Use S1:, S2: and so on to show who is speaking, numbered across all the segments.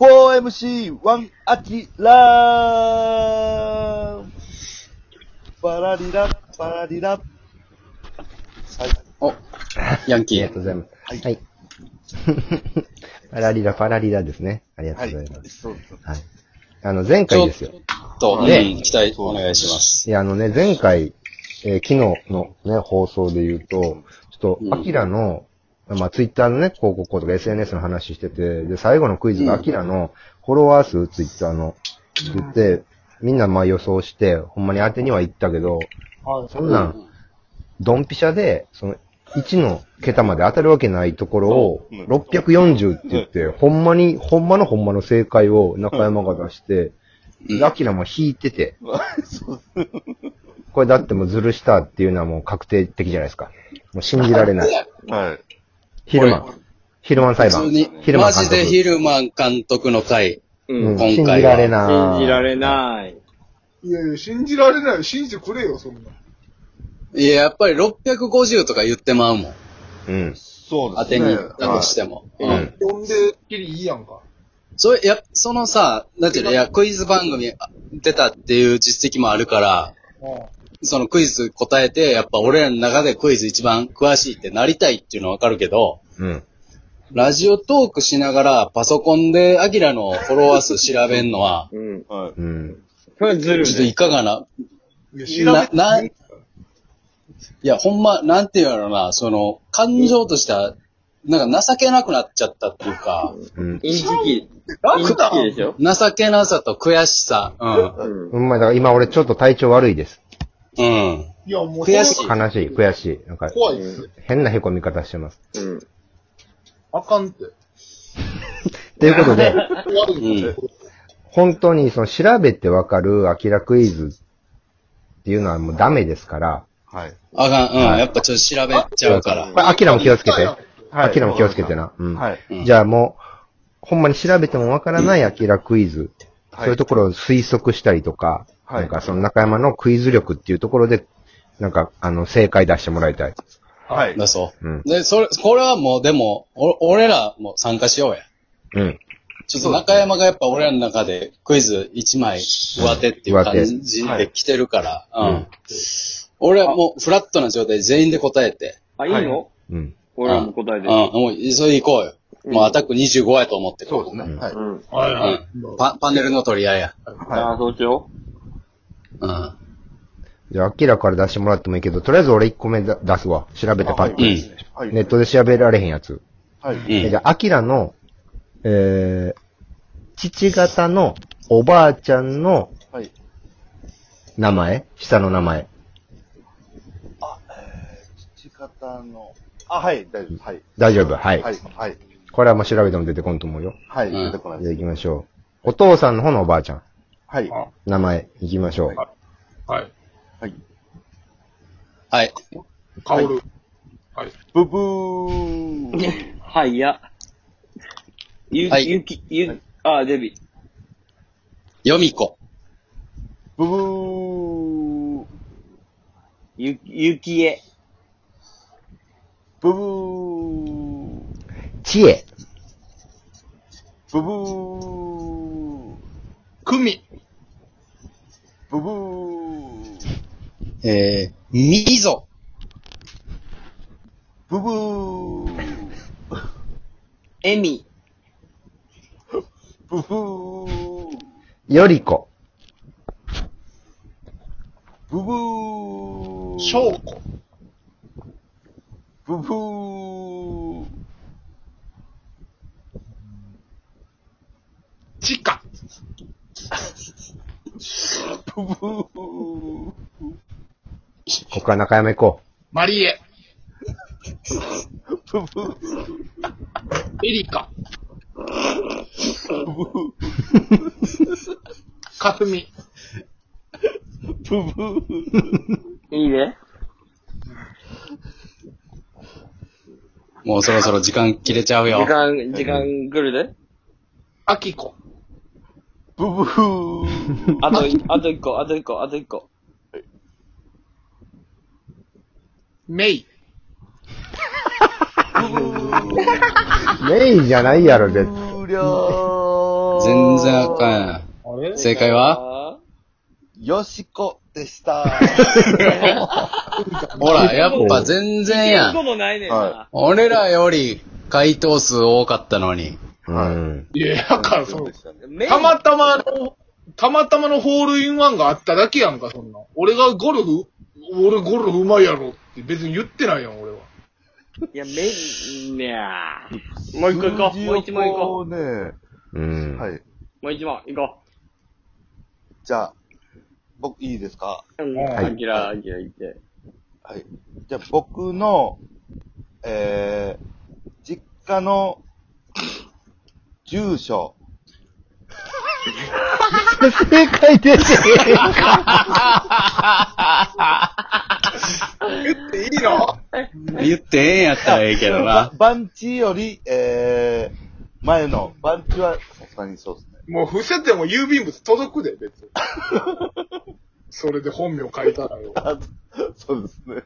S1: 4MC1 アキラーパラリラ、パラリラ。はい。
S2: お、ヤンキ
S3: ありが
S2: ー
S3: とう。ございます。
S1: はい
S3: はい。 パラリラ、パラリラですね。ありが
S1: は
S3: とうござい
S1: い
S3: ま。す。
S1: そうそう。
S3: はい。あの、前回ですよ。
S2: と、
S3: ね
S2: うん期待お願いします。
S3: いや、あのね、前回、えー昨日のね、放送で言うと、ちょっ
S2: うん
S3: と、アキラの、まあ、ツイッターのね、広告とか SNS の話してて、で、最後のクイズが、
S2: うん
S3: アキラのフォロワー数、ツイッターの、って言って、みんなまあ予想して、ほんまに当てには言ったけど、
S1: はい
S3: そんなん、ドンピシャで、その、1の桁まで当たるわけないところを、
S1: うん
S3: 640って言って、ほんまに、ほんまのほんまの正解を中山が出して、
S2: うん
S3: でアキラも引いてて、
S1: そう
S3: これだってもうズルしたっていうのはもう確定的じゃないですか。もう信じられない。
S1: はい。
S3: ヒルマン。ヒルマン裁判
S2: 普通に。
S3: ヒルマン
S2: マ
S3: 監
S2: ジでヒ
S3: 督。
S2: ルマン監督の回。
S3: う
S4: うんん。
S3: 信じられない。
S4: 信じられない。、
S5: いやいや、信じられないよ。信じてくれよ、そんな。
S2: いや、やっぱり650とか言ってまうもん。
S3: い。うん。
S1: そう
S2: 当
S1: です
S2: てに
S1: ね。
S2: 行ったとしても。う
S3: う
S2: ん。
S3: ん。
S5: 呼んでっきりいいやんか。
S2: それ、いや、そのさ、だってね、いや、クイズ番組出たっていう実績もあるから、
S5: う
S2: そのクイズ答えて、やっぱ俺らの中でクイズ一番詳しいってなりたいっていうのはわかるけど、
S3: うん。
S2: ラジオトークしながらパソコンでアキラのフォロワー数調べんのは
S4: うん。
S1: はい。
S3: うん。
S4: それはずる
S2: ちょっと
S4: い。
S2: いかがな、
S5: ん。いや、調
S2: な
S5: べ、て
S2: な、いや、ほんま、なんていうのな、その、感情とした、なんか情けなくなっちゃったっていうか、
S3: うん。
S4: インチキ。インチ
S5: 楽だ
S4: キでしょ
S2: 情けなさと悔しさ、う
S4: うん。
S3: うん、まあだから今俺ちょっと体調悪いです。
S2: ん、うん。
S5: いや、もう、
S2: 悔しい
S3: 悲しい、悔しい。なんか、
S5: 怖いっす。
S3: 変な凹み方してます。
S4: うん。
S5: あかんって。
S3: ということで、
S5: 悪い
S2: うん
S3: 本当にその調べてわかるアキラクイズっていうのはもうダメですから、
S1: はい。
S2: あかん、うん、
S3: はい
S2: やっぱちょっと調べちゃうから。
S3: これアキラも気をつけて。
S1: はい
S3: アキラも気をつけてな。うん。
S1: はい。
S2: うん
S3: じゃあもう、ほんまに調べてもわからないアキラクイズ、
S1: はい
S3: そういうところを推測したりとか、
S1: はい
S3: なんかその中山のクイズ力っていうところで、なんか、あの、正解出してもらいたい。
S1: はい。
S2: だそうう。
S3: ん
S2: で、それ、これはもう、でも、お俺らも参加しようや。
S3: うん。
S2: ちょっと中山がやっぱ俺らの中でクイズ1枚上手っていう感じで来てるから、
S3: 手
S2: うん。俺はもうフラットな状態で全員で答えて。
S4: あ、いいの
S3: うん。
S2: うん
S4: 俺らも答え
S2: うん、
S4: て。
S2: もう、それで行こうよ。もうアタック25やと思ってる
S1: そうですね。はい。
S4: うん。
S5: はいは
S2: うんパパネルの取り合いや。
S4: あ
S1: は
S4: あ、そうしよ
S2: う
S4: う。
S2: ん。
S3: じゃあ、アキラから出してもらってもいいけど、とりあえず俺1個目だ出すわ。調べてパッ
S1: う
S3: て。
S2: うん。
S1: い。はい。
S3: ネットで調べられへんやつ。
S1: はい。
S2: う
S3: えじ
S2: ん
S3: ゃ。あ、アキラの、えー、父方のおばあちゃんの
S1: はい。
S3: 名前下の名前。
S1: 父方の、あ、はい、大丈夫です。はい。
S3: 大丈夫はい。
S1: はい。はい。
S3: これはもう調べても出てこんと思うよ。
S1: はい。
S2: う
S1: 出
S2: ん
S1: てこない
S3: じゃあ
S1: です。
S3: 行きましょう。お父さんの方のおばあちゃん。
S1: はい。
S3: 名前、行きましょう。
S6: はい。
S1: はい。
S2: はい。
S6: カオル。はい。
S1: ブブ ー。
S4: はい、や。ゆ
S2: は、い
S4: ゆき、ゆ、あ、デビ。
S2: ヨミコ。
S1: ブブー。
S4: ゆ、ゆきえ。
S1: ブブー。
S3: 知恵。
S1: ブブー。
S5: クミ。
S1: ブブー。
S2: えー、ミゾ。
S1: ブブー。
S4: えみ。
S1: ブブー。
S3: よりこ。
S1: ブブー。
S5: ショウコ。
S1: ブブー。
S5: チカ。
S1: ブブー。
S3: ここから中山行こ
S6: マリエ、
S1: ブブー。
S6: エリ カ、
S1: ブブー。
S6: カスミ、
S1: ブブー。
S4: いいね。
S2: もうそろそろ時間切れちゃうよ
S4: 時。間、時間来るで。
S6: アキコ、
S1: ブブー。
S4: あとい、あと一個、あと一個、あと一個。
S6: メイ、
S3: う。メイじゃないやろ、絶対。
S1: 終了
S2: 全然あかんやん。
S5: あれ
S2: 正解は
S1: よしこでした。
S2: ほら、やっぱ全然や
S4: こ
S2: ん。
S4: もないねん
S1: は
S4: な。
S2: 俺らより回答数多かったのに。
S3: うん。
S6: いや、だからそ
S1: そう
S6: の
S1: で、したね。
S4: メイ
S6: たまたまの、たまたまのホールインワンがあっただけやんか、そんな。俺がゴルフ、俺ゴルフうまいやろって別に言ってないやん、俺は。
S4: いや、メイン、いやーもう一個行こう。もう一問行こ
S1: う。ね、
S3: うん。
S1: はい。
S4: う。もう一問行こ
S1: じゃあ、僕、いいですか
S4: う。うん。
S6: はい
S4: アキラ、アキラ行って。
S1: はい。じゃあ、僕の、えー、実家の、住所。
S3: 正解です。
S6: いいの
S2: 言ってええんやったらええけどな。
S1: 番地より、えー、前の、番地は、さすがにそうですね。
S6: もう伏せても郵便物届くで、 別に。それで本名書いたらよ。
S1: あそうですね。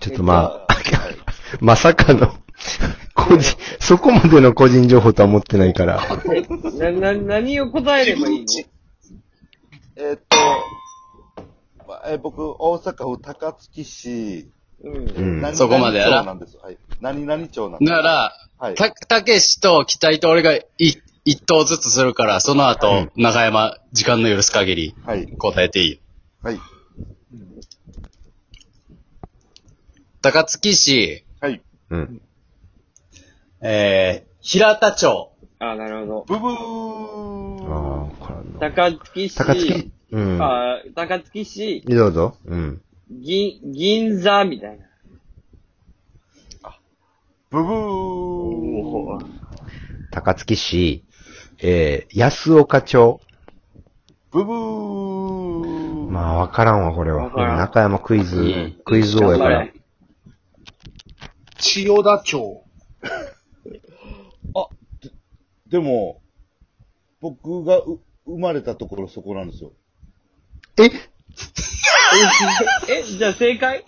S3: ちょっとまあ、
S1: はい
S3: まさかの、個人、そこまでの個人情報とは思ってないから。
S4: な、な、何を答えればいいの
S1: えーっと、まあえー僕、大阪府高槻市、
S4: うん。
S3: う
S1: 何
S3: ん。
S1: 々
S2: そこまでやな
S1: 町なんです。はい。何々町なんです。
S2: なら、
S1: はい。
S2: た、たけしと期待と俺がい一投ずつするから、その後、中山、時間の許す限り、
S1: はい。
S2: 答えていいよ。
S1: はい。
S2: 高槻市、
S1: はい。
S3: うん。
S2: えー、平田町。
S4: あ、なるほど。
S1: ブブ
S3: ああ、
S1: ー
S3: わからんな。
S4: 高槻市。
S3: 高槻うん。
S4: あー高槻市、
S3: どうぞ。うん。
S4: 銀、銀座みたいな。
S1: ブブー
S3: 高槻市、えー、安岡町。
S1: ブブー
S3: まあ、わからんわ、これは。
S4: わからん
S3: 中山クイズ、
S2: うん
S3: クイズ王やか
S4: 頑
S3: ら
S4: 張。れ
S6: 千代田町。
S1: でも、僕がう生まれたところそこなんですよ。
S3: え
S4: え、じゃあ正解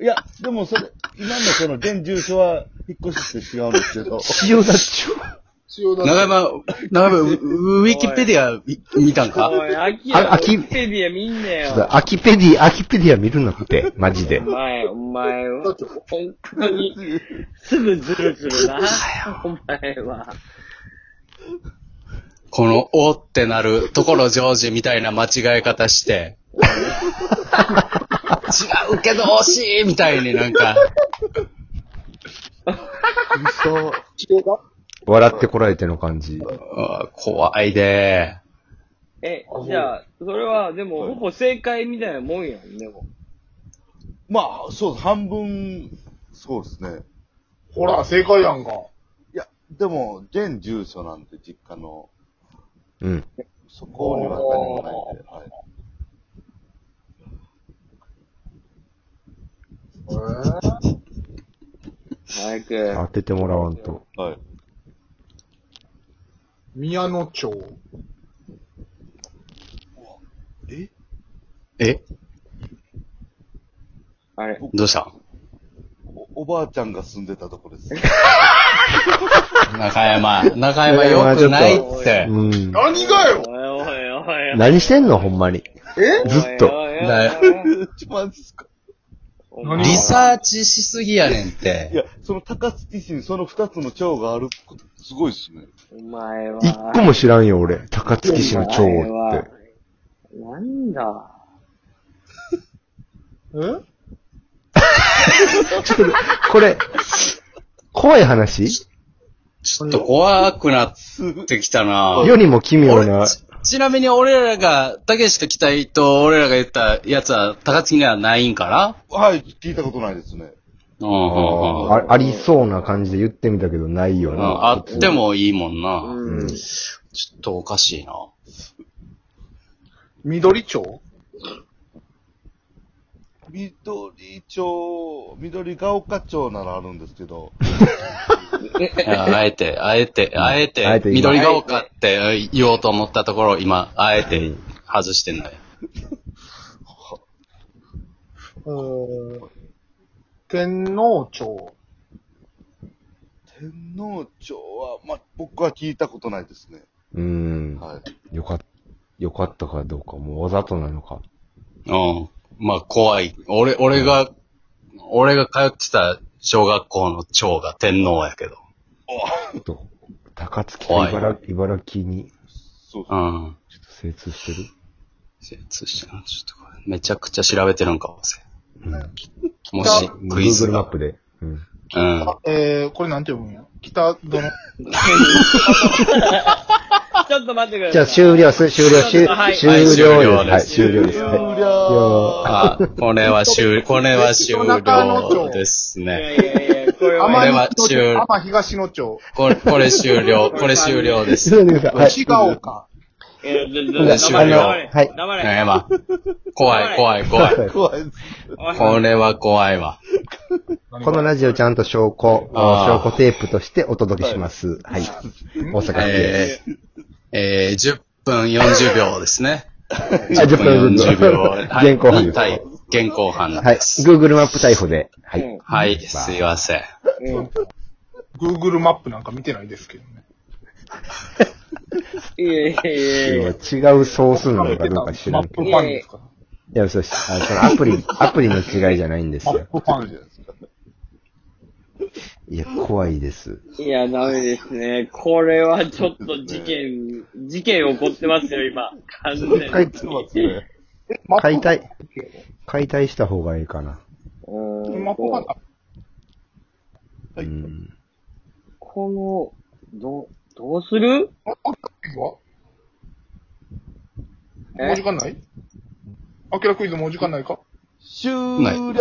S1: いや、でもそれ、今のその現住所は引っ越しって違うんですけど。
S3: 千代田町
S6: 千代田
S2: 中山、
S6: 町。
S2: 中山、ウウウィキペディアみ見たんか
S4: おい、アキ
S3: あ
S4: ラ、
S3: アキ
S4: ウィキペディア見んなよ。
S3: アキペディ、アキペディア見るなって、マジで
S4: お。前、お前は、本当 に、すぐズルズルな、お前は。
S2: この、おってなる、ところジョージみたいな間違え方して、違うけど惜しいみたいになんか、
S1: 嘘。
S6: 千代田
S3: 笑ってこられての感じ。
S2: あー怖いで
S4: え、じゃあ、それは、でも、ほぼ正解みたいなもんやん、でも。
S1: まあ、そう、半分、そうですね。
S6: ほら、正解やんか。
S1: いや、でも、現住所なんで、実家の、
S3: うん。
S1: そこには何もないんで、はい。
S6: えー
S4: 早く。
S3: 当ててもらわんと。
S1: はい。
S6: 宮野町。
S1: え
S2: え
S4: あれ、
S2: どうした
S1: おおばあちゃんが住んでたとこ です。
S2: 中山、中山良くないって。
S3: うん。
S6: 何がよ
S4: おいおいおい。
S3: 何してんのほんまに。
S6: え
S3: ずっと
S4: おいおいおい
S2: だ
S1: マジっすか
S4: お
S6: 何
S4: 前
S2: リサーチしすぎやねんって
S1: い。や、その高槻市にその二つの町があること、すごいっすね。
S4: お前は。
S3: 一個も知らんよ、俺。高槻市の町
S4: お前は
S3: って。。
S4: なんだ。
S6: え
S3: これ、怖い話
S2: ちょっと怖くなってきたな
S3: よりも奇妙
S2: 俺
S3: な。
S2: ちちなみに俺らが、たけしと期待と俺らが言ったやつは、高槻にはないんかな
S1: はい、聞いたことないですね。
S2: うんうんうん。
S3: あありそうな感じで言ってみたけど、ないよ
S2: うん
S3: な。
S2: あってもいいもんな。
S4: うん。
S2: ちょっとおかしいな。
S6: 緑町
S1: 緑町、緑ヶ丘町ならあるんですけど、
S2: いやあえ て、あえて、あえ
S3: あ
S2: て、
S3: えて今
S2: 緑が丘って言おうと思ったところ、今、あえて外してんだよ。
S6: うーん天皇町。
S1: 天皇町は、まあ、僕は聞いたことないですね。
S3: うーん。
S1: はい。
S3: よかっ、よかったかどうか、もうわざとなのか。
S2: うん。まあ、怖い。俺、俺が、俺が通ってた小学校の長が天皇やけど。
S3: と、高槻と茨茨城に
S1: そうそうう。
S2: ん。
S3: ちょっと精通してる。
S2: 精通してな、ちょっとこれ、めちゃくちゃ調べてるんかもしれん
S3: う
S2: もし、クイズ
S3: Google マッ
S2: が。
S3: プで。うん。
S2: うん。
S5: あえー、これなんて読むんや北殿。
S4: ちょっと待ってください。
S3: じゃあ終了す、終了、終
S4: はい
S3: 終了です。
S2: は
S3: はいい、終了です。
S5: 終
S3: は
S5: 了
S2: あ、これは終、これは終了です
S4: い
S2: ね。
S4: やいやいや、これは
S2: あま
S5: 天
S2: り
S4: ね、
S5: 野
S2: これは
S5: 町、天東
S2: 終
S5: 野町、
S2: これ、これ終了、これ終了で
S3: い。
S2: す。
S3: すみませんはい。
S5: 滋賀岡。
S4: いやちょっと
S2: これは終了
S4: 黙れ
S3: はい
S4: 黙れ。
S2: ねえ、まあ、怖い、怖い、怖い。
S1: 怖いです。
S2: これは怖いわ。
S3: このラジオちゃんと証拠、
S2: あー
S3: 証拠テープとしてお届けします。はい。大阪府
S2: え
S3: で。
S2: ー、えー、10分40秒ですね。
S3: あ10分
S2: 40
S3: 40
S2: 秒。
S3: 秒。現行犯です。は
S2: はいい。、現行犯なん
S3: はい。
S2: です。
S3: Google マップ逮捕で。は
S4: うん
S3: い。
S2: はい、すいません。
S4: うん。
S5: Google マップなんか見てないですけどね。
S4: いやいやいやい
S3: 今違
S4: や。
S3: うソースなのかどうか知ら
S5: マ
S3: ん
S5: ッ
S3: けど。
S5: プ
S3: い
S5: ファンですか
S3: や、そうです。あそのアプリ、アプリの違いじゃないんです
S5: マッ
S3: よ。
S5: プファンです。
S3: いや、怖いです。
S4: いや、ダメですね。これはちょっと事件、事件起こってますよ、今。完全に。
S3: 書いてますね。
S5: マップ
S3: 解体、解体した方がいいかな。
S5: マップファン、あ
S3: うん。
S4: この、ど、どうする
S5: クイズはも
S4: え
S5: う時間ないあきらクイズもう時間ないか
S1: 終
S2: ない
S1: 了